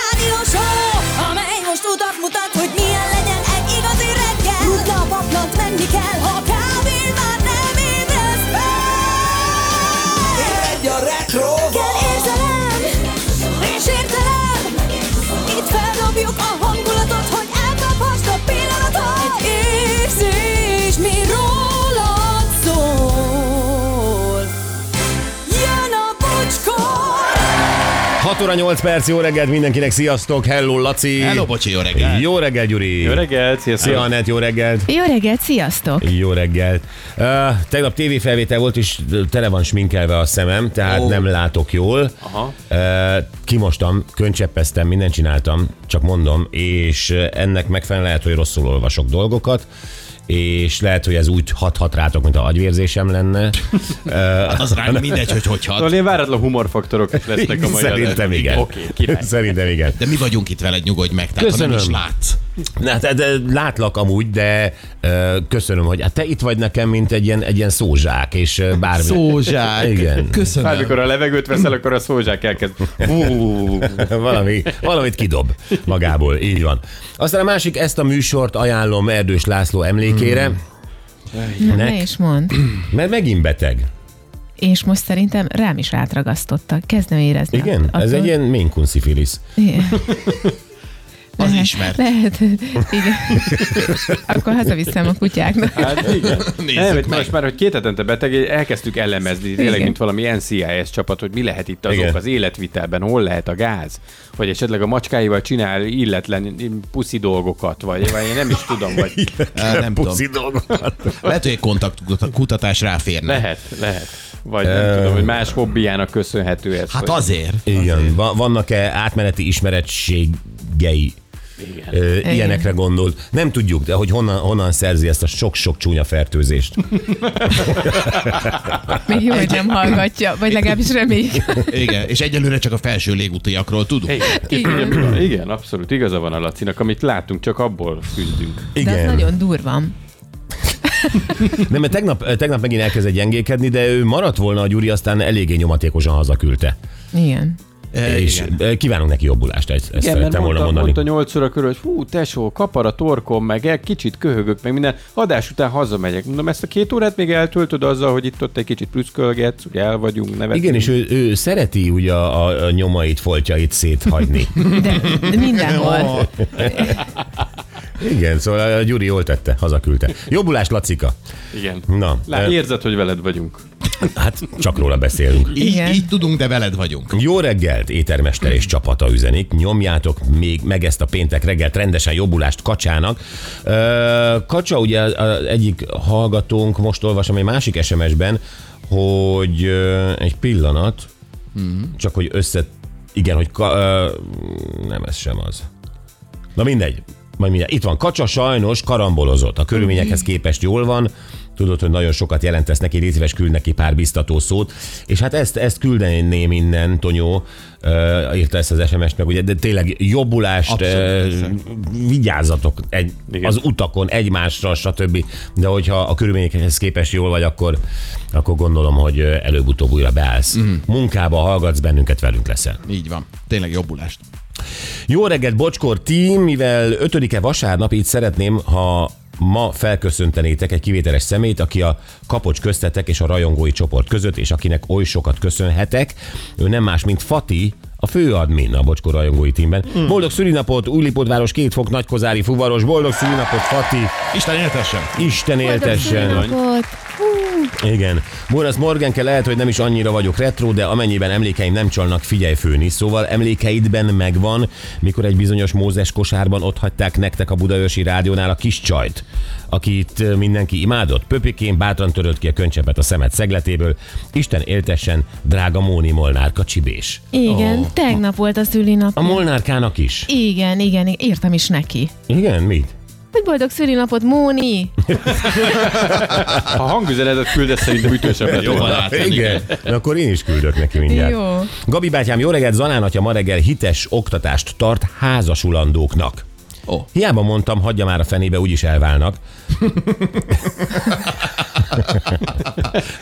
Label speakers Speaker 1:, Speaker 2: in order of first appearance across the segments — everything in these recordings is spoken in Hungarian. Speaker 1: rádió show, amely most utat mutat, hogy milyen legyen egy igazi reggel. Rutna a paplant, menni kell, ha kávén már nem ébresz fel.
Speaker 2: Egy a retro
Speaker 1: Kell érzelem, és értelem, itt feldobjuk a hangulatot, hogy elkaphast a pillanatot. Egy érzés, mi rólad szól. Jön a bocskor!
Speaker 3: 6 óra 8 perc, jó reggelt mindenkinek, sziasztok, hello Laci!
Speaker 2: Hello, bocsi, jó reggel.
Speaker 3: Jó reggel, Gyuri!
Speaker 4: Jó reggelt, szia,
Speaker 3: Szia, Anett, jó reggelt!
Speaker 5: Jó reggelt, sziasztok!
Speaker 3: Jó reggel. Uh, tegnap tévéfelvétel volt, és tele van sminkelve a szemem, tehát oh. nem látok jól. Aha. Uh, kimostam, könycseppeztem, mindent csináltam, csak mondom, és uh, ennek megfelelően lehet, hogy rosszul olvasok dolgokat, és lehet, hogy ez úgy hathat rátok, mint a agyvérzésem lenne.
Speaker 2: Az ránk mindegy, hogy hogy hat.
Speaker 4: Szóval ilyen váratlan humorfaktorok is lesznek a mai
Speaker 3: Szerintem
Speaker 4: adásban.
Speaker 3: igen.
Speaker 4: Oké, király.
Speaker 3: Szerintem igen.
Speaker 2: De mi vagyunk itt veled, nyugodj meg, tehát ha nem
Speaker 3: Köszönöm.
Speaker 2: is látsz.
Speaker 3: Na, hát, de látlak amúgy, de ö, köszönöm, hogy hát te itt vagy nekem, mint egy ilyen, egy ilyen szózsák, és ö, bármi.
Speaker 6: Szózsák.
Speaker 3: Igen.
Speaker 6: Köszönöm.
Speaker 4: Amikor a levegőt veszel, akkor a szózsák elkezd. Hú.
Speaker 3: Valami, valamit kidob magából, így van. Aztán a másik, ezt a műsort ajánlom Erdős László emlékére,
Speaker 2: Hmm.
Speaker 5: Na,
Speaker 3: Nek-
Speaker 5: ne is mond.
Speaker 3: mert megint beteg.
Speaker 5: És most szerintem rám is rátragasztottak. Kezdem érezni.
Speaker 3: Igen?
Speaker 5: Attól-
Speaker 3: Ez egy ilyen minkun szifilisz.
Speaker 5: Igen.
Speaker 2: Az
Speaker 5: Lehet-
Speaker 2: ismert.
Speaker 5: Lehet, igen. Akkor hazaviszem a kutyáknak.
Speaker 4: Hát igen.
Speaker 2: Nézzük
Speaker 4: Nem, itt
Speaker 2: meg.
Speaker 4: most már, hogy két hetente beteg, elkezdtük elemezni, tényleg,
Speaker 5: Igen.
Speaker 4: mint valami NCIS csapat, hogy mi lehet itt az
Speaker 3: Igen.
Speaker 4: ok az életvitelben, hol lehet a gáz, vagy esetleg a macskáival csinál illetlen puszi dolgokat, vagy, vagy én nem is tudom, vagy
Speaker 2: Á, Nem tudom.
Speaker 3: Puszi dolgokat.
Speaker 2: Lehet, hogy egy kontaktkutatás ráférne.
Speaker 4: lehet, lehet. Vagy nem tudom, hogy más hobbiának köszönhető ez.
Speaker 2: Hát
Speaker 4: hogy-
Speaker 2: azért.
Speaker 3: Igen, va- vannak-e átmeneti ismerettségei? Igen. ilyenekre gondol. Nem tudjuk, de hogy honnan, honnan szerzi ezt a sok-sok csúnya fertőzést.
Speaker 5: Még jó, hogy nem hallgatja, vagy legalábbis reméljük.
Speaker 2: Igen, és egyelőre csak a felső légútiakról tudunk.
Speaker 4: Igen, ki
Speaker 5: Igen.
Speaker 4: tudja- igen, abszolút igaza van a Lacinak, amit látunk, csak abból küzdünk.
Speaker 5: De az nagyon durva.
Speaker 3: Nem, mert tegnap, tegnap megint elkezdett gyengékedni, de ő maradt volna a Gyuri, aztán eléggé nyomatékosan hazaküldte.
Speaker 5: Igen.
Speaker 2: E,
Speaker 3: És
Speaker 2: Igen.
Speaker 3: igen. kívánunk neki jobbulást, ezt, ezt szerettem volna
Speaker 4: mondta,
Speaker 3: mondani.
Speaker 4: mondta 8 óra körül, hogy hú, tesó, kapar a torkom, meg egy kicsit köhögök, meg minden. Adás után hazamegyek. Mondom, ezt a két órát még eltöltöd azzal, hogy itt ott egy kicsit prüszkölgetsz, ugye el vagyunk, nevetünk.
Speaker 3: Igen, és ő, ő szereti ugye a, a- a nyomait, foltjait széthagyni.
Speaker 5: De, de mindenhol.
Speaker 3: igen, szóval a Gyuri jól tette, hazaküldte. Jobbulást, Lacika!
Speaker 4: Igen.
Speaker 3: Na,
Speaker 4: Lá,
Speaker 3: eh,
Speaker 4: érzed, hogy veled vagyunk.
Speaker 3: hát csak róla beszélünk.
Speaker 2: Így,
Speaker 5: Igen.
Speaker 2: így tudunk, de veled vagyunk.
Speaker 3: Jó reggelt, étermester és csapata üzenik. Nyomjátok még meg ezt a péntek reggelt rendesen jobbulást Kacsának. Ö, Kacsa ugye az- az egyik hallgatónk, most olvasom egy másik SMS-ben, hogy ö, egy pillanat, csak hogy össze... Igen, hogy... Ka, ö, nem, ez sem az. Na mindegy. Majd mindjárt. Itt van. Kacsa sajnos karambolozott. A körülményekhez képest jól van. Tudod, hogy nagyon sokat jelentesz neki, légy szíves, küld neki pár biztató szót. És hát ezt, ezt küldeném innen, Tonyó, ö, írta ezt az SMS-t meg, ugye, de tényleg jobbulást, ö, vigyázzatok egy,
Speaker 4: Igen.
Speaker 3: az utakon egymásra, stb. De hogyha a körülményekhez képest jól vagy, akkor, akkor gondolom, hogy ö, előbb-utóbb újra beállsz. Mm. Munkába hallgatsz bennünket, velünk leszel.
Speaker 2: Így van. Tényleg jobbulást.
Speaker 3: Jó reggelt, Bocskor team, mivel 5-e vasárnap, így szeretném, ha ma felköszöntenétek egy kivételes szemét, aki a kapocs köztetek és a rajongói csoport között, és akinek oly sokat köszönhetek. Ő nem más, mint Fati, a főadmin a Bocskor rajongói teamben. Mm. Boldog szülinapot, Újlipótváros, két fok, nagykozári, fuvaros, boldog szülinapot, Fati,
Speaker 2: Isten éltessen.
Speaker 3: Isten éltessen! Igen. Borasz Morgenke lehet, hogy nem is annyira vagyok retro, de amennyiben emlékeim nem csalnak, figyelj főni. Szóval emlékeidben megvan, mikor egy bizonyos Mózes kosárban ott hagyták nektek a Budaörsi rádiónál a kis csajt, akit mindenki imádott. Pöpikén bátran törölt ki a könycsepet a szemet szegletéből. Isten éltessen, drága Móni Molnárka csibés.
Speaker 5: Igen, tegnap volt a szülinap.
Speaker 3: A Molnárkának is.
Speaker 5: Igen, igen, igen, írtam is neki.
Speaker 3: Igen, mit?
Speaker 5: Hogy boldog szülinapot, Móni!
Speaker 4: Ha hangüzenetet küldesz, szerintem ütősebb lett
Speaker 2: Jó
Speaker 4: volna.
Speaker 2: van átvenni.
Speaker 3: Igen. Na, akkor én is küldök neki mindjárt.
Speaker 5: Jó.
Speaker 3: Gabi bátyám, jó reggelt, Zalán atya ma reggel hites oktatást tart házasulandóknak.
Speaker 2: Ó.
Speaker 3: Hiába mondtam, hagyja már a fenébe, úgyis elválnak.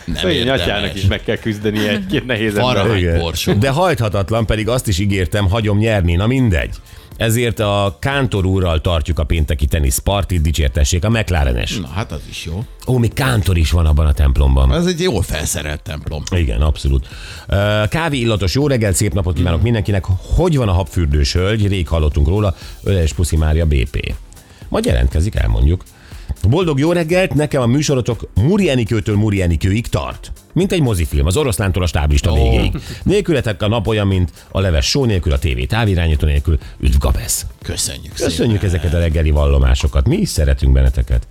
Speaker 2: Nem
Speaker 4: Szegény Szóval
Speaker 2: érdemes.
Speaker 4: atyának is meg kell küzdeni egy-két nehéz ember.
Speaker 2: Arra hány
Speaker 3: Igen.
Speaker 2: borsó.
Speaker 3: De hajthatatlan, pedig azt is ígértem, hagyom nyerni, na mindegy. Ezért a Kántor úrral tartjuk a pénteki teniszpartit, dicsértessék a McLarenes.
Speaker 2: Na, hát az is jó.
Speaker 3: Ó, még Kántor is van abban a templomban.
Speaker 2: Ez egy jól felszerelt templom.
Speaker 3: Igen, abszolút. Ö, Kávé illatos jó reggel, szép napot kívánok mindenkinek. Hogy van a habfürdős hölgy? Rég hallottunk róla. Öles Puszi Mária BP. Majd jelentkezik, elmondjuk. Boldog jó reggelt, nekem a műsorotok Muri Enikőtől Muri Enikőig tart. Mint egy mozifilm, az oroszlántól a stáblista
Speaker 2: Ó.
Speaker 3: végéig. Nélkületek a nap olyan, mint a leves só nélkül, a tévé távirányító nélkül. Üdv Gabesz!
Speaker 2: Köszönjük, szépen.
Speaker 3: Köszönjük ezeket a reggeli vallomásokat. Mi is szeretünk benneteket.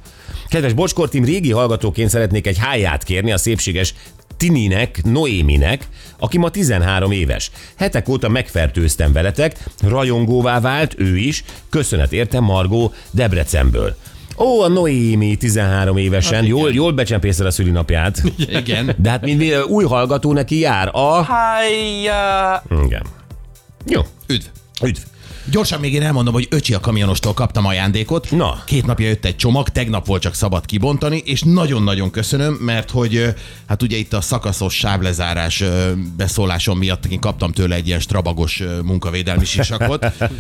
Speaker 3: Kedves Bocskortim, régi hallgatóként szeretnék egy háját kérni a szépséges Tininek, Noéminek, aki ma 13 éves. Hetek óta megfertőztem veletek, rajongóvá vált ő is, köszönet érte Margó Debrecenből. Ó, a Noémi 13 évesen, jól, jól becsempészed a szülinapját.
Speaker 2: Hát Igen.
Speaker 3: De hát mint új hallgató neki jár a...
Speaker 6: Hájjá!
Speaker 3: Igen. Jó,
Speaker 2: Üdv.
Speaker 3: üdv.
Speaker 2: Gyorsan még én elmondom, hogy öcsi a kamionostól kaptam ajándékot.
Speaker 3: Na.
Speaker 2: Két napja jött egy csomag, tegnap volt csak szabad kibontani, és nagyon-nagyon köszönöm, mert hogy ö, hát ugye itt a szakaszos sávlezárás ö, beszólásom miatt én kaptam tőle egy ilyen strabagos ö, munkavédelmi sisakot.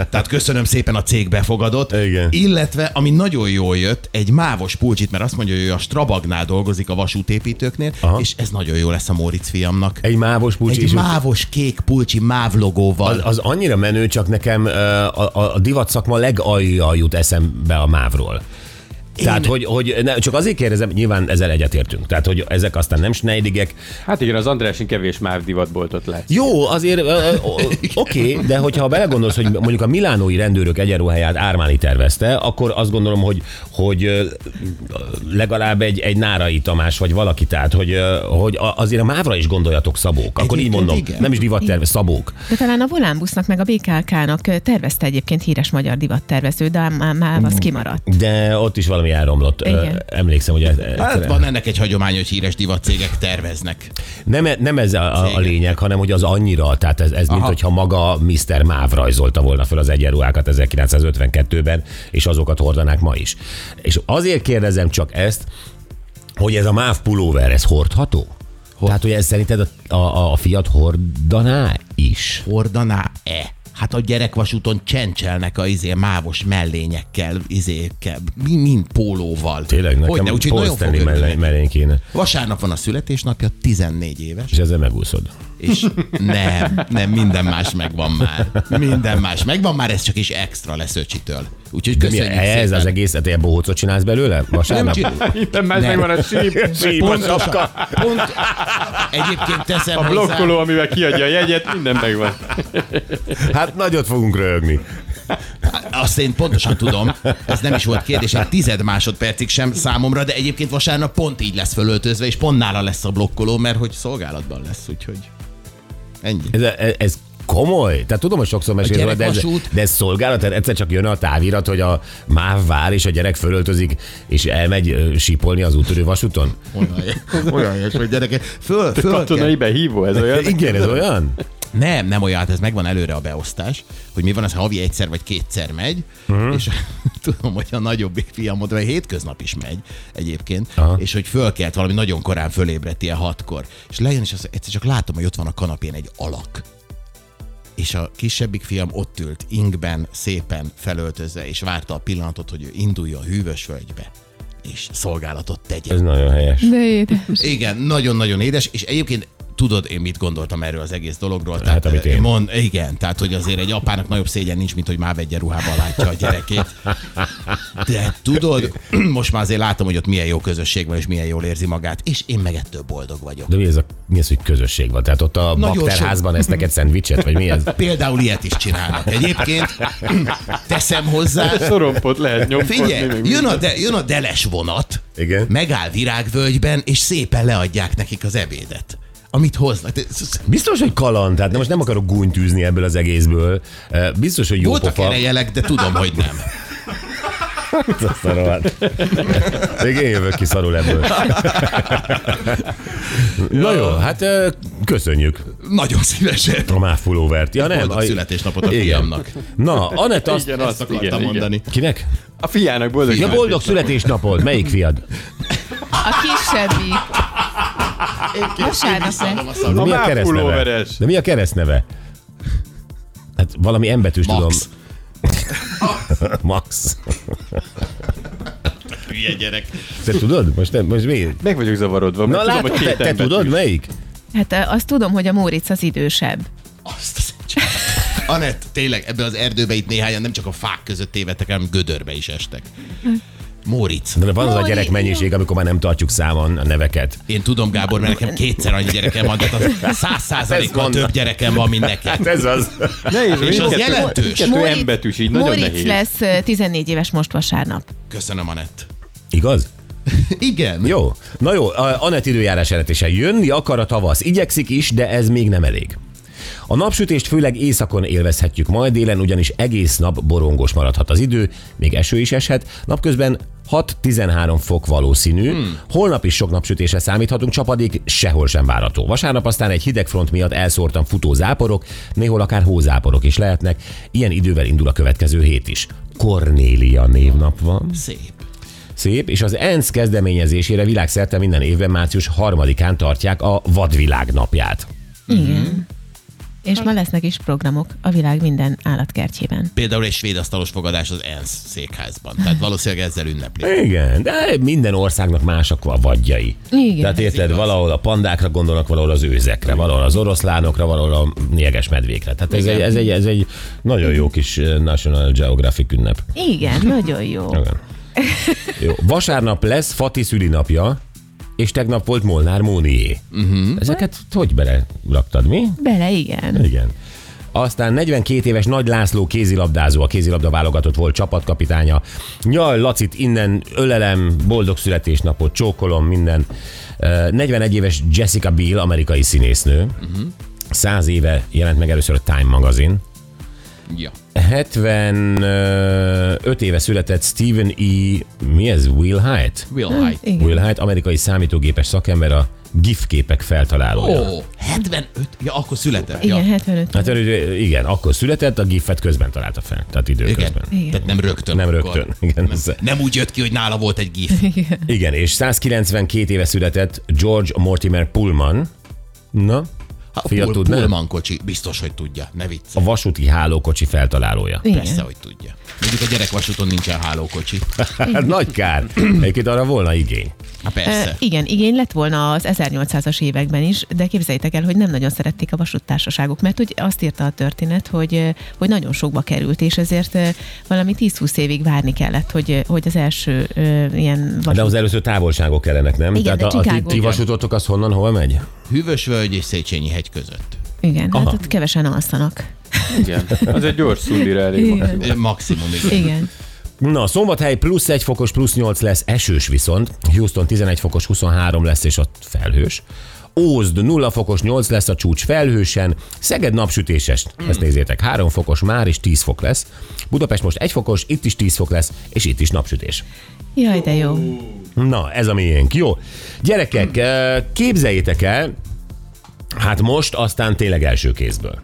Speaker 2: Tehát köszönöm szépen a cég befogadott.
Speaker 3: Igen.
Speaker 2: Illetve, ami nagyon jól jött, egy mávos pulcsit, mert azt mondja, hogy ő a strabagnál dolgozik a vasútépítőknél, Aha. és ez nagyon jó lesz a Móricz fiamnak.
Speaker 3: Egy mávos pulcsi
Speaker 2: Egy
Speaker 3: is úgy-
Speaker 2: mávos kék pulcsi máv
Speaker 3: Az,
Speaker 2: logóval.
Speaker 3: az annyira menő, csak nekem ö, a, a, a divat szakma legalja jut eszembe a mávról. Én... Tehát, hogy, hogy ne, csak azért kérdezem, nyilván ezzel egyetértünk. Tehát, hogy ezek aztán nem sneidigek.
Speaker 4: Hát igen, az Andrásin kevés MÁV divatboltot lát.
Speaker 3: Jó, azért ö, ö, o- oké, okay, de hogyha belegondolsz, hogy mondjuk a milánói rendőrök egyenruháját Ármáni tervezte, akkor azt gondolom, hogy, hogy ö, legalább egy, egy Nárai Tamás vagy valaki, tehát, hogy, ö, hogy a- azért a mávra is gondoljatok szabók. Akkor így
Speaker 2: Egyébként
Speaker 3: mondom,
Speaker 2: igen.
Speaker 3: nem is divatterve, szabók.
Speaker 5: De talán a Volánbusznak meg a BKK-nak ö, tervezte egyébként híres magyar divattervező, de már, már az kimaradt.
Speaker 3: De ott is valami elromlott.
Speaker 5: Igen.
Speaker 3: Ö, Emlékszem, hogy ez,
Speaker 2: Hát van ennek egy hagyomány, hogy híres divatcégek terveznek.
Speaker 3: nem, e- nem ez a, a- a lényeg, hanem hogy az annyira, tehát ez, ez mint
Speaker 2: Aha.
Speaker 3: hogyha maga Mr. Máv rajzolta volna fel az egyenruhákat 1952-ben, és azokat hordanák ma is. És azért kérdezem csak ezt, hogy ez a MÁV pulóver, ez hordható? Hord. Tehát, hogy ez szerinted a, a, a fiat hordaná is?
Speaker 2: Hordaná-e? Hát a gyerekvasúton csencselnek a izé mávos mellényekkel, izékkel, mi- mind pólóval.
Speaker 3: Tényleg nekem
Speaker 2: Hogyne, úgyhogy nagyon fog
Speaker 3: polsztenni melle-
Speaker 2: örülni.
Speaker 3: mellén kéne.
Speaker 2: Vasárnap van a születésnapja, 14 éves,
Speaker 3: És ezzel megúszod.
Speaker 2: és nem, nem, minden más megvan már. Minden más megvan már, ez csak is extra lesz öcsitől. Úgyhogy
Speaker 3: Mi,
Speaker 2: köszönjük
Speaker 3: ez
Speaker 2: szépen.
Speaker 3: az egész, te ilyen bohócot csinálsz belőle? Vasárnap?
Speaker 4: Itt más megvan a síp,
Speaker 2: Pontosan. Pont, egyébként teszem
Speaker 4: a
Speaker 2: hozzá-
Speaker 4: blokkoló, amivel kiadja a jegyet, minden megvan.
Speaker 3: Hát nagyot fogunk röhögni.
Speaker 2: Azt én pontosan tudom, ez nem is volt kérdés, egy tized másodpercig sem számomra, de egyébként vasárnap pont így lesz fölöltözve, és pont nála lesz a blokkoló, mert hogy szolgálatban lesz, úgyhogy ennyi.
Speaker 3: Ez, ez, ez komoly? Tehát tudom, hogy sokszor mesél róla, de ez,
Speaker 2: gyerekvasút.
Speaker 3: de ez szolgálat, tehát egyszer csak jön a távirat, hogy a máv vár, és a gyerek fölöltözik, és elmegy ö, sípolni az úttörő vasúton?
Speaker 2: Olyan, olyan ilyes, hogy gyerekek. Föl, föl kell.
Speaker 4: Katonai behívó, ez olyan.
Speaker 3: Igen, ez olyan?
Speaker 2: Nem, nem olyan, hát ez megvan előre a beosztás, hogy mi van, az ha havi egyszer vagy kétszer megy, uh-huh. és tudom, hogy a nagyobb fiamod, vagy hétköznap is megy egyébként, Aha. és hogy fölkelt valami nagyon korán fölébredt ilyen hatkor, és lejön, és azt egyszer csak látom, hogy ott van a kanapén egy alak. És a kisebbik fiam ott ült ingben, szépen felöltözve, és várta a pillanatot, hogy ő induljon hűvös völgybe, és szolgálatot tegyen.
Speaker 3: Ez nagyon helyes.
Speaker 5: De édes.
Speaker 2: Igen, nagyon-nagyon édes, és egyébként tudod, én mit gondoltam erről az egész dologról. Tehát,
Speaker 3: Hát, amit
Speaker 2: eh,
Speaker 3: én.
Speaker 2: Mond, igen, tehát, hogy azért egy apának nagyobb szégyen nincs, mint hogy már vegye ruhában látja a gyerekét. De tudod, most már azért látom, hogy ott milyen jó közösség van, és milyen jól érzi magát, és én meg ettől boldog vagyok.
Speaker 3: De mi ez, a, mi ez, hogy közösség van? Tehát ott a
Speaker 2: Nagyon
Speaker 3: bakterházban ezt neked szendvicset, vagy mi ez?
Speaker 2: Például ilyet is csinálnak. Egyébként teszem hozzá,
Speaker 4: Szorompot lehet nyomkodni. meg
Speaker 2: Figyelj,
Speaker 4: minden.
Speaker 2: jön a, de, jön a deles vonat,
Speaker 3: Igen.
Speaker 2: megáll virágvölgyben, és szépen leadják nekik az ebédet, amit hoznak. De-
Speaker 3: Biztos, hogy kaland, tehát most nem akarok gúnytűzni ebből az egészből. Eh, Biztos, hogy jó
Speaker 2: Voltak
Speaker 3: pofa.
Speaker 2: erre jelek, de tudom, hogy nem.
Speaker 3: Azt a rohadt. Még én jövök ki szarul ebből. Na jó, hát ö, köszönjük.
Speaker 2: Nagyon szívesen.
Speaker 3: A máv pulóvert. Ja, nem.
Speaker 2: Boldog születésnapot a
Speaker 3: Igen.
Speaker 2: fiamnak.
Speaker 3: Na, Anett azt...
Speaker 4: Igen,
Speaker 2: Azt
Speaker 4: azt
Speaker 2: akartam
Speaker 4: igen, igen.
Speaker 2: mondani.
Speaker 3: Kinek?
Speaker 4: A fiának boldog
Speaker 3: Ja, boldog születésnapod. Melyik fiad?
Speaker 5: A kisebbi. Vasárnap
Speaker 2: Kiszállom
Speaker 5: lesz.
Speaker 3: De
Speaker 2: a szarom.
Speaker 3: mi a
Speaker 4: máv
Speaker 3: keresztneve?
Speaker 4: pulóveres.
Speaker 3: De mi a keresztneve? Hát valami embetűs tudom.
Speaker 2: Max.
Speaker 3: Max.
Speaker 2: Hülye gyerek.
Speaker 3: Te tudod? Most, nem, most mi?
Speaker 4: Meg vagyok zavarodva, mert
Speaker 3: Na
Speaker 4: tudom, hogy
Speaker 3: látod,
Speaker 4: két
Speaker 3: te, te
Speaker 4: ember
Speaker 3: tudod
Speaker 4: is.
Speaker 3: melyik?
Speaker 5: Hát ö, azt tudom, hogy a Móricz az idősebb.
Speaker 2: Azt az egy család. Anett, tényleg ebbe az erdőbe itt néhányan nem csak a fák között tévedtek, hanem gödörbe is estek. Móric.
Speaker 3: De van az a
Speaker 5: Móri,
Speaker 3: gyerek mennyiség, amikor már nem tartjuk számon a neveket.
Speaker 2: Én tudom, Gábor, mert nekem kétszer annyi gyerekem van, tehát száz százalékkal
Speaker 3: mondta.
Speaker 2: több gyerekem van, mint neked.
Speaker 3: Hát ez az.
Speaker 4: Nehéz,
Speaker 2: És az
Speaker 4: mindkettő-
Speaker 2: jelentős.
Speaker 4: mindkettő
Speaker 5: Móricz-
Speaker 4: embetűs, így nagyon
Speaker 5: Móricz
Speaker 4: nehéz.
Speaker 5: lesz ö, 14 éves most vasárnap.
Speaker 2: Köszönöm, Anett.
Speaker 3: Igaz?
Speaker 2: Igen.
Speaker 3: Jó. Na jó, a- Anett időjárás jelentése. Jönni akar a tavasz. Igyekszik is, de ez még nem elég. A napsütést főleg északon élvezhetjük majd délen, ugyanis egész nap borongos maradhat az idő, még eső is eshet. Napközben 6-13 fok valószínű. Hmm. Holnap is sok napsütésre számíthatunk, csapadék sehol sem várható. Vasárnap aztán egy hideg front miatt elszórtan futó záporok, néhol akár hózáporok is lehetnek. Ilyen idővel indul a következő hét is. Kornélia névnap van.
Speaker 2: Szép.
Speaker 3: Szép, és az ENSZ kezdeményezésére világszerte minden évben március 3-án tartják a Vadvilág napját.
Speaker 5: És ma lesznek is programok a világ minden állatkertjében.
Speaker 2: Például egy svéd asztalos fogadás az ENSZ székházban. Tehát valószínűleg ezzel ünneplik.
Speaker 3: Igen, de minden országnak mások a vadjai.
Speaker 5: Igen.
Speaker 3: Tehát érted, valahol a pandákra gondolnak, valahol az őzekre, valahol az oroszlánokra, valahol a nyeges medvékre. Tehát ez egy, ez, egy, ez egy nagyon jó kis eh, National Geographic ünnep.
Speaker 5: Igen, nagyon jó.
Speaker 3: Igen. Jó. Vasárnap lesz Fati szülinapja, és tegnap volt Molnár Mónié. Uh-huh. Ezeket hogy beleraktad, mi?
Speaker 5: Bele, igen.
Speaker 3: Igen. Aztán 42 éves Nagy László kézilabdázó, a kézilabda válogatott volt csapatkapitánya. Nyal Lacit innen ölelem, boldog születésnapot, csókolom, minden. Ö, 41 éves Jessica Biel, amerikai színésznő. 100 éve jelent meg először a Time magazin.
Speaker 2: Ja.
Speaker 3: 75 éve született Stephen E. Mi ez? Will Hyatt?
Speaker 2: Will Hyde.
Speaker 5: Igen.
Speaker 3: Will Hyatt, amerikai számítógépes szakember, a GIF képek
Speaker 2: Ó,
Speaker 3: feltalálója.
Speaker 2: oh, 75? Ja, akkor született.
Speaker 5: Igen,
Speaker 2: ja.
Speaker 5: 75.
Speaker 3: Hát ő, igen, akkor született, a gifet közben találta fel, tehát időközben.
Speaker 2: Igen.
Speaker 3: Igen.
Speaker 5: Igen.
Speaker 2: Tehát nem rögtön.
Speaker 3: Nem
Speaker 2: akkor.
Speaker 3: rögtön. Igen, ez-
Speaker 2: Nem, nem úgy jött ki, hogy nála volt egy gif.
Speaker 3: igen, és 192 éve született George Mortimer Pullman. Na,
Speaker 2: Ha a
Speaker 3: Fia,
Speaker 2: Pul-
Speaker 3: tudnád?
Speaker 2: Pullman kocsi, biztos, hogy tudja. Ne vicc.
Speaker 3: a vasúti hálókocsi feltalálója.
Speaker 2: Persze,
Speaker 5: Igen.
Speaker 2: hogy tudja. Mondjuk a gyerekvasúton nincsen hálókocsi.
Speaker 3: Hát nagy kár. Egyébként arra volna igény.
Speaker 2: Hát
Speaker 5: Ö,
Speaker 2: persze.
Speaker 5: igen, igény lett volna az 1800-as években is, de képzeljétek el, hogy nem nagyon szerették a vasúttársaságok, mert hogy azt írta a történet, hogy, ö, hogy nagyon sokba került, és ezért ö, valami 10-20 évig várni kellett, hogy, ö, hogy az első ö, ilyen
Speaker 3: De
Speaker 5: vasút...
Speaker 3: az először távolságok kellenek, nem?
Speaker 5: Igen,
Speaker 3: Tehát
Speaker 5: de
Speaker 3: a, a ti,
Speaker 5: Chicago-
Speaker 3: ti vasútotok az honnan, hol megy?
Speaker 2: Hűvösvölgy és Széchenyi hegy között.
Speaker 5: Igen,
Speaker 3: Aha.
Speaker 5: hát ott kevesen alszanak.
Speaker 4: Igen. Az egy gyors szundira elég
Speaker 5: Igen.
Speaker 4: maximum.
Speaker 2: Ö, Maximum, igen.
Speaker 5: Igen.
Speaker 3: Na, szombathely plusz 1 fokos, plusz 8 lesz, esős viszont. Houston 11 fokos, 23 lesz, és ott felhős. Ózd 0 fokos, 8 lesz a csúcs felhősen. Szeged napsütéses, ezt nézzétek, 3 fokos már, és 10 fok lesz. Budapest most 1 fokos, itt is 10 fok lesz, és itt is napsütés.
Speaker 5: Jaj, de jó.
Speaker 3: Na, ez a miénk. Jó. Gyerekek, eh, képzeljétek el, hát most aztán tényleg első kézből.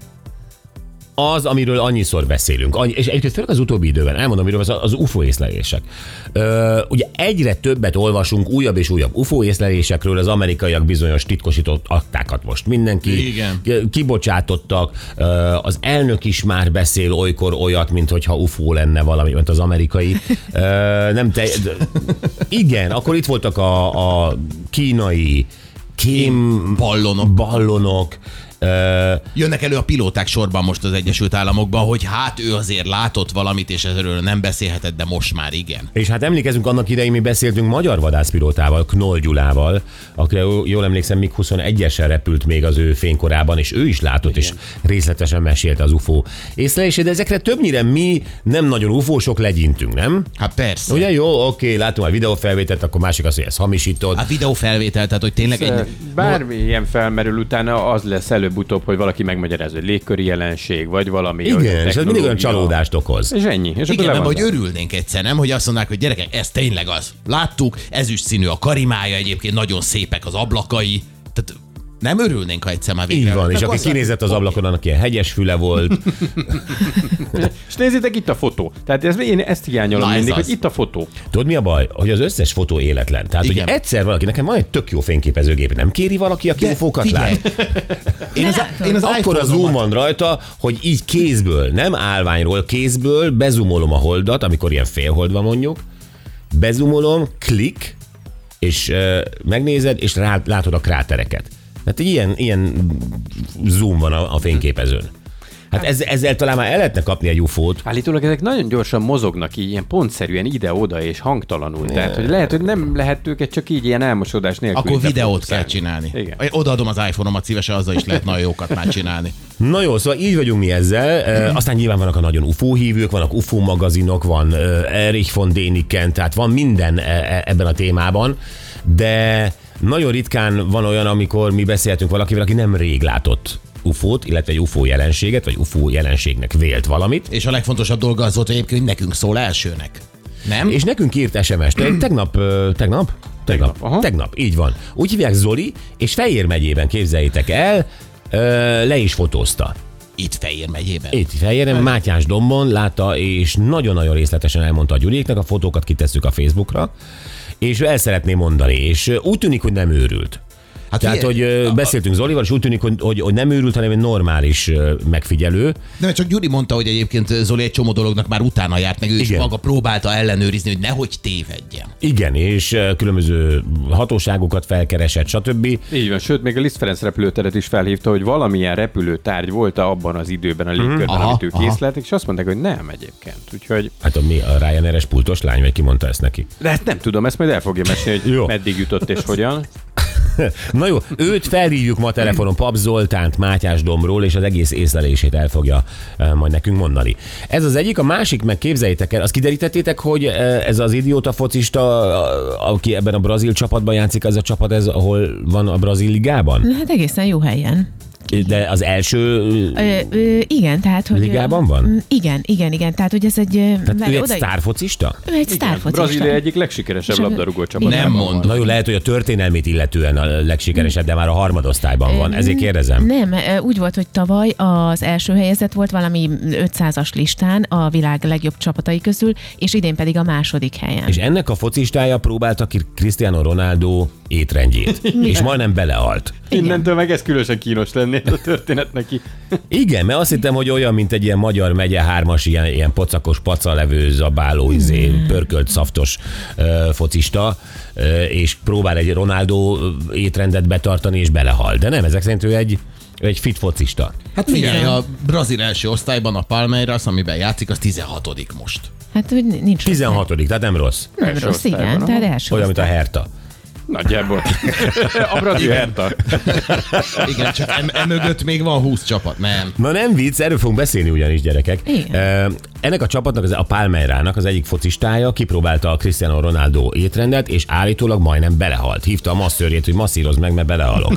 Speaker 3: Az, amiről annyiszor beszélünk, annyi- és egyébként főleg az utóbbi időben, elmondom, miről az, az UFO észlelések. Ö, ugye egyre többet olvasunk újabb és újabb UFO észlelésekről, az amerikaiak bizonyos titkosított aktákat most mindenki
Speaker 2: Igen.
Speaker 3: ki- kibocsátottak, ö, az elnök is már beszél olykor olyat, mint hogyha UFO lenne valami, mint az amerikai. Ö, nem te, igen, akkor itt voltak a, a kínai kém
Speaker 2: Pallonok.
Speaker 3: ballonok, ö,
Speaker 2: Jönnek elő a pilóták sorban most az Egyesült Államokban, hogy hát ő azért látott valamit, és ezről nem beszélhetett, de most már igen.
Speaker 3: És hát emlékezünk annak idején, mi beszéltünk magyar vadászpilótával, Knoll Gyulával, aki jó- jól emlékszem, még 21-esen repült még az ő fénykorában, és ő is látott, Igen. és részletesen mesélte az UFO észlelését, de ezekre többnyire mi nem nagyon UFO-sok legyintünk, nem?
Speaker 2: Hát persze.
Speaker 3: Ugye jó, oké, látom a videófelvételt, akkor másik azt, hogy ez hamisított.
Speaker 2: A videófelvétel, Hát tehát hogy tényleg egy...
Speaker 4: Bármi ilyen felmerül utána, az lesz előbb-utóbb, hogy valaki megmagyaráz, hogy légköri jelenség, vagy valami. olyan
Speaker 3: Igen, és ez mindig olyan
Speaker 4: technológia.
Speaker 3: csalódást okoz.
Speaker 4: És ennyi. És
Speaker 2: Igen,
Speaker 4: akkor
Speaker 2: mert
Speaker 4: le
Speaker 2: hogy
Speaker 4: van.
Speaker 2: örülnénk egyszer, nem? Hogy azt mondnák, hogy gyerekek, ez tényleg az. Láttuk, ezüst színű a karimája, egyébként nagyon szépek az ablakai. Tehát Nem örülnénk, ha egyszer már végre.
Speaker 3: Így van, és
Speaker 2: Akkor
Speaker 3: aki
Speaker 2: azt-
Speaker 3: kinézett az ablakon, annak ilyen hegyes füle volt.
Speaker 4: És nézzétek, itt a fotó. Tehát ez, én ezt hiányolom
Speaker 2: Na, ez
Speaker 4: mindig,
Speaker 2: az.
Speaker 4: hogy itt a fotó.
Speaker 3: Tudod, mi a baj? Hogy az összes fotó életlen. Tehát,
Speaker 2: Igen.
Speaker 3: hogy egyszer valaki, nekem van egy tök jó fényképezőgép, nem kéri valaki, aki
Speaker 2: De
Speaker 3: ufókat
Speaker 2: figyelj,
Speaker 3: lát?
Speaker 2: Én az, én az
Speaker 3: Akkor a zoom
Speaker 2: iPhone-omat-
Speaker 3: van rajta, hogy így kézből, nem állványról, kézből bezumolom a holdat, amikor ilyen félhold van mondjuk, bezumolom, klik, és ö, megnézed, és rá, látod a krátereket. Tehát egy ilyen, ilyen zoom van a, a fényképezőn. Hát ez, ezzel talán már el lehetne kapni egy ufót.
Speaker 4: Állítólag ezek nagyon gyorsan mozognak így, ilyen pontszerűen ide-oda és hangtalanul. Tehát, hogy lehet, hogy nem lehet őket csak így ilyen elmosodás nélkül.
Speaker 2: Akkor
Speaker 4: ide
Speaker 2: videót kell
Speaker 4: fókuszálni.
Speaker 2: csinálni.
Speaker 4: Igen.
Speaker 2: Odaadom az iPhone-omat szívesen, azzal is lehet nagyon jókat már csinálni.
Speaker 3: Na jó, szóval így vagyunk mi ezzel. E, Aztán nyilván vannak a nagyon UFO hívők, vannak UFO magazinok, van e, Erich von Däniken, tehát van minden e, e, ebben a témában, de nagyon ritkán van olyan, amikor mi beszéltünk valakivel, aki nem rég látott UFO-t, illetve egy UFO jelenséget, vagy UFO jelenségnek vélt valamit.
Speaker 2: És a legfontosabb dolga az volt, hogy egyébként nekünk szól elsőnek. Nem?
Speaker 3: És nekünk írt SMS-t. Egy Tegnap, ö, tegnap? Tegnap.
Speaker 4: aha.
Speaker 3: Tegnap, tegnap, így van. Úgy hívják Zoli, és Fejér megyében, képzeljétek el, ö, le is fotózta.
Speaker 2: Itt Fejér megyében.
Speaker 3: Itt Fejéren, Mátyás Dombon látta, és nagyon-nagyon részletesen elmondta a Gyuriéknak, a fotókat kitesszük a Facebookra, és ő el szeretné mondani, és ö, úgy tűnik, hogy nem őrült. Hát Tehát,
Speaker 2: figyelj,
Speaker 3: hogy ö, beszéltünk Zolival, és úgy tűnik, hogy, hogy, hogy nem őrült, hanem egy normális ö, megfigyelő.
Speaker 2: De mert csak Gyuri mondta, hogy egyébként Zoli egy csomó dolognak már utána járt, meg ő is
Speaker 3: Igen.
Speaker 2: maga próbálta ellenőrizni, hogy nehogy tévedjen.
Speaker 3: Igen, és ö, különböző hatóságokat felkeresett, stb.
Speaker 4: Így van, sőt, még a Liszt Ferenc repülőteret is felhívta, hogy valamilyen repülőtárgy volt abban az időben a légkörben,
Speaker 2: Mhm. Aha,
Speaker 4: amit ők
Speaker 2: aha.
Speaker 4: készleltek, és azt mondták, hogy nem egyébként. Úgyhogy,
Speaker 3: Hát a mi a Ryanair-es pultos lány, vagy ki mondta ezt neki?
Speaker 4: de hát nem tudom, ezt majd el fogja mesélni, hogy
Speaker 3: Jó.
Speaker 4: meddig jutott és hogyan.
Speaker 3: Na jó, őt felhívjuk ma telefonon, Pap Zoltánt Mátyás Domról, és az egész észlelését el fogja e, majd nekünk mondani. Ez az egyik, a másik, meg képzeljétek el, azt kiderítettétek, hogy e, ez az idióta focista, a- aki ebben a brazil csapatban játszik, az a csapat, ez ahol van a brazil ligában?
Speaker 5: Hát egészen jó helyen.
Speaker 3: De az első e,
Speaker 5: Ö, ö, igen, tehát, hogy...
Speaker 3: ligában van?
Speaker 5: Mm, Igen, igen, igen. Tehát, hogy ez egy...
Speaker 3: Tehát ő egy sztárfocista?
Speaker 5: Ő egy sztárfocista.
Speaker 4: Brazília egyik legsikeresebb
Speaker 5: És a-
Speaker 4: labdarúgó csapat.
Speaker 2: Nem mondom.
Speaker 3: Na jó, lehet, hogy a történelmét illetően a legsikeresebb, de már a harmadosztályban van, ezért kérdezem.
Speaker 5: Nem, ö, úgy volt, hogy tavaly az első helyezett volt valami 500-as listán a világ legjobb csapatai közül, és idén pedig a második helyen.
Speaker 3: És ennek a focistája próbálta ki Cristiano Ronaldo étrendjét, és majdnem belehalt.
Speaker 4: Innentől meg ez különösen kínos lenni ez a történet neki.
Speaker 3: Igen, mert azt hittem, hogy olyan, mint egy ilyen magyar megye hármas, ilyen, ilyen pocakos, pacalevő, zabáló, izé, pörkölt, szaftos ö, focista, ö, és próbál egy Ronaldo étrendet betartani, és belehal. De nem, ezek szerint ő egy, egy fit focista.
Speaker 2: Hát figyelj, a brazil első osztályban a Palmeiras, amiben játszik, az 16 most.
Speaker 5: Hát, hogy nincs...
Speaker 3: 16 tehát nem rossz.
Speaker 5: Nem
Speaker 4: Első
Speaker 5: rossz,
Speaker 4: osztályban,
Speaker 5: igen.
Speaker 4: aha.
Speaker 5: Tehát első
Speaker 3: Olyan, mint a Herta.
Speaker 4: Nagyjából. A brazil herta.
Speaker 2: Igen, csak em- emögött még van 20 csapat, nem.
Speaker 3: Na nem vicc, erről fogunk beszélni ugyanis, gyerekek.
Speaker 5: Igen.
Speaker 3: Ö, ennek a csapatnak, az- a Palmeirának az egyik focistája kipróbálta a Cristiano Ronaldo étrendet, és állítólag majdnem belehalt. Hívta a masszörjét, hogy masszíroz meg, mert belehalok.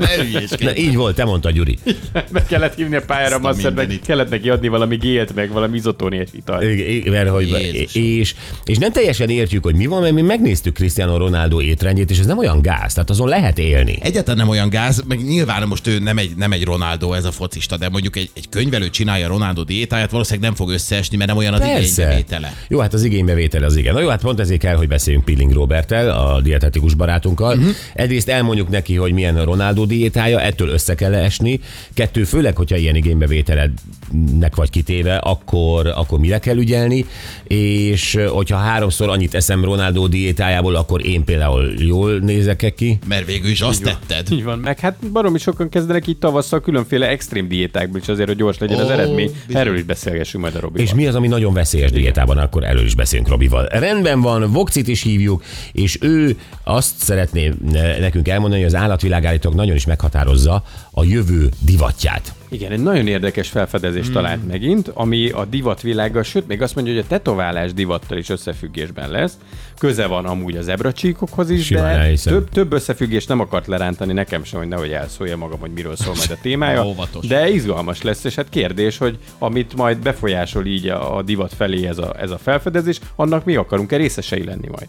Speaker 2: Ne
Speaker 3: Na, így volt, te mondta Gyuri.
Speaker 4: Meg kellett hívni a pályára a
Speaker 2: Azt a
Speaker 4: masszert, meg
Speaker 2: mindenit.
Speaker 4: kellett neki adni valami gélt, meg valami izotóniás italt.
Speaker 3: Igen, igen, Mert, hogy,
Speaker 2: Jézus.
Speaker 3: és, és nem teljesen értjük, hogy mi van, mert mi megnéztük Cristiano Ronaldo étrendjét, és ez nem olyan gáz, tehát azon lehet élni.
Speaker 2: Egyáltalán nem olyan gáz, meg nyilván most ő nem egy, nem egy Ronaldo ez a focista, de mondjuk egy, egy könyvelő csinálja Ronaldo diétáját, valószínűleg nem fog összeesni, mert nem olyan az igénybevétele.
Speaker 3: Jó, hát az igénybevétele az igen. Na jó, hát pont ezért kell, hogy beszéljünk Pilling Roberttel, a dietetikus barátunkkal.
Speaker 2: Mhm.
Speaker 3: Uh-huh. Egyrészt elmondjuk neki, hogy milyen a Ronaldo diétája, ettől össze kell esni. Kettő, főleg, hogyha ilyen igénybevételednek vagy kitéve, akkor, akkor mire kell ügyelni, és ö, hogyha háromszor annyit eszem Ronaldo diétájából, akkor én például jól nézek ki.
Speaker 2: Mert végül is azt tetted.
Speaker 4: Így van, meg hát baromi sokan kezdenek így tavasszal különféle extrém diétákból is azért, hogy gyors legyen az
Speaker 2: Ó,
Speaker 4: eredmény.
Speaker 2: bizony.
Speaker 4: Erről is beszélgessünk majd a Robival.
Speaker 3: És mi az, ami nagyon veszélyes diétában, akkor elő is beszélünk Robival. Rendben van, Vokcit is hívjuk, és ő azt szeretné ne- nekünk elmondani, hogy az állatvilág állítólag nagyon is meghatározza a jövő divatját.
Speaker 4: Igen, egy nagyon érdekes
Speaker 3: Hmm.
Speaker 4: felfedezést talált megint, ami a divatvilággal, sőt, még azt mondja, hogy a tetoválás divattal is összefüggésben lesz. Köze van amúgy az ebracsíkokhoz is,
Speaker 3: Simán
Speaker 4: de
Speaker 3: elhiszem.
Speaker 4: több, több összefüggés nem akart lerántani nekem sem, hogy nehogy elszólja magam, hogy miről szól majd a témája.
Speaker 2: Na, óvatos.
Speaker 4: De izgalmas lesz, és hát kérdés, hogy amit majd befolyásol így a, a divat felé ez a, ez a felfedezés, annak mi akarunk-e részesei lenni majd.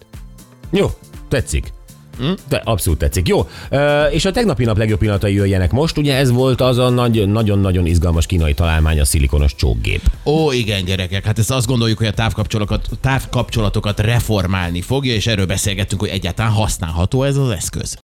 Speaker 3: Jó, tetszik. De abszolút tetszik. Jó, Ö, és a tegnapi nap legjobb pillanatai jöjjenek most. Ugye ez volt az a nagy, nagyon-nagyon izgalmas kínai találmány, a szilikonos csókgép.
Speaker 2: Ó, igen, gyerekek, hát ezt azt gondoljuk, hogy a távkapcsolatokat, távkapcsolatokat reformálni fogja, és erről beszélgettünk, hogy egyáltalán használható ez az eszköz.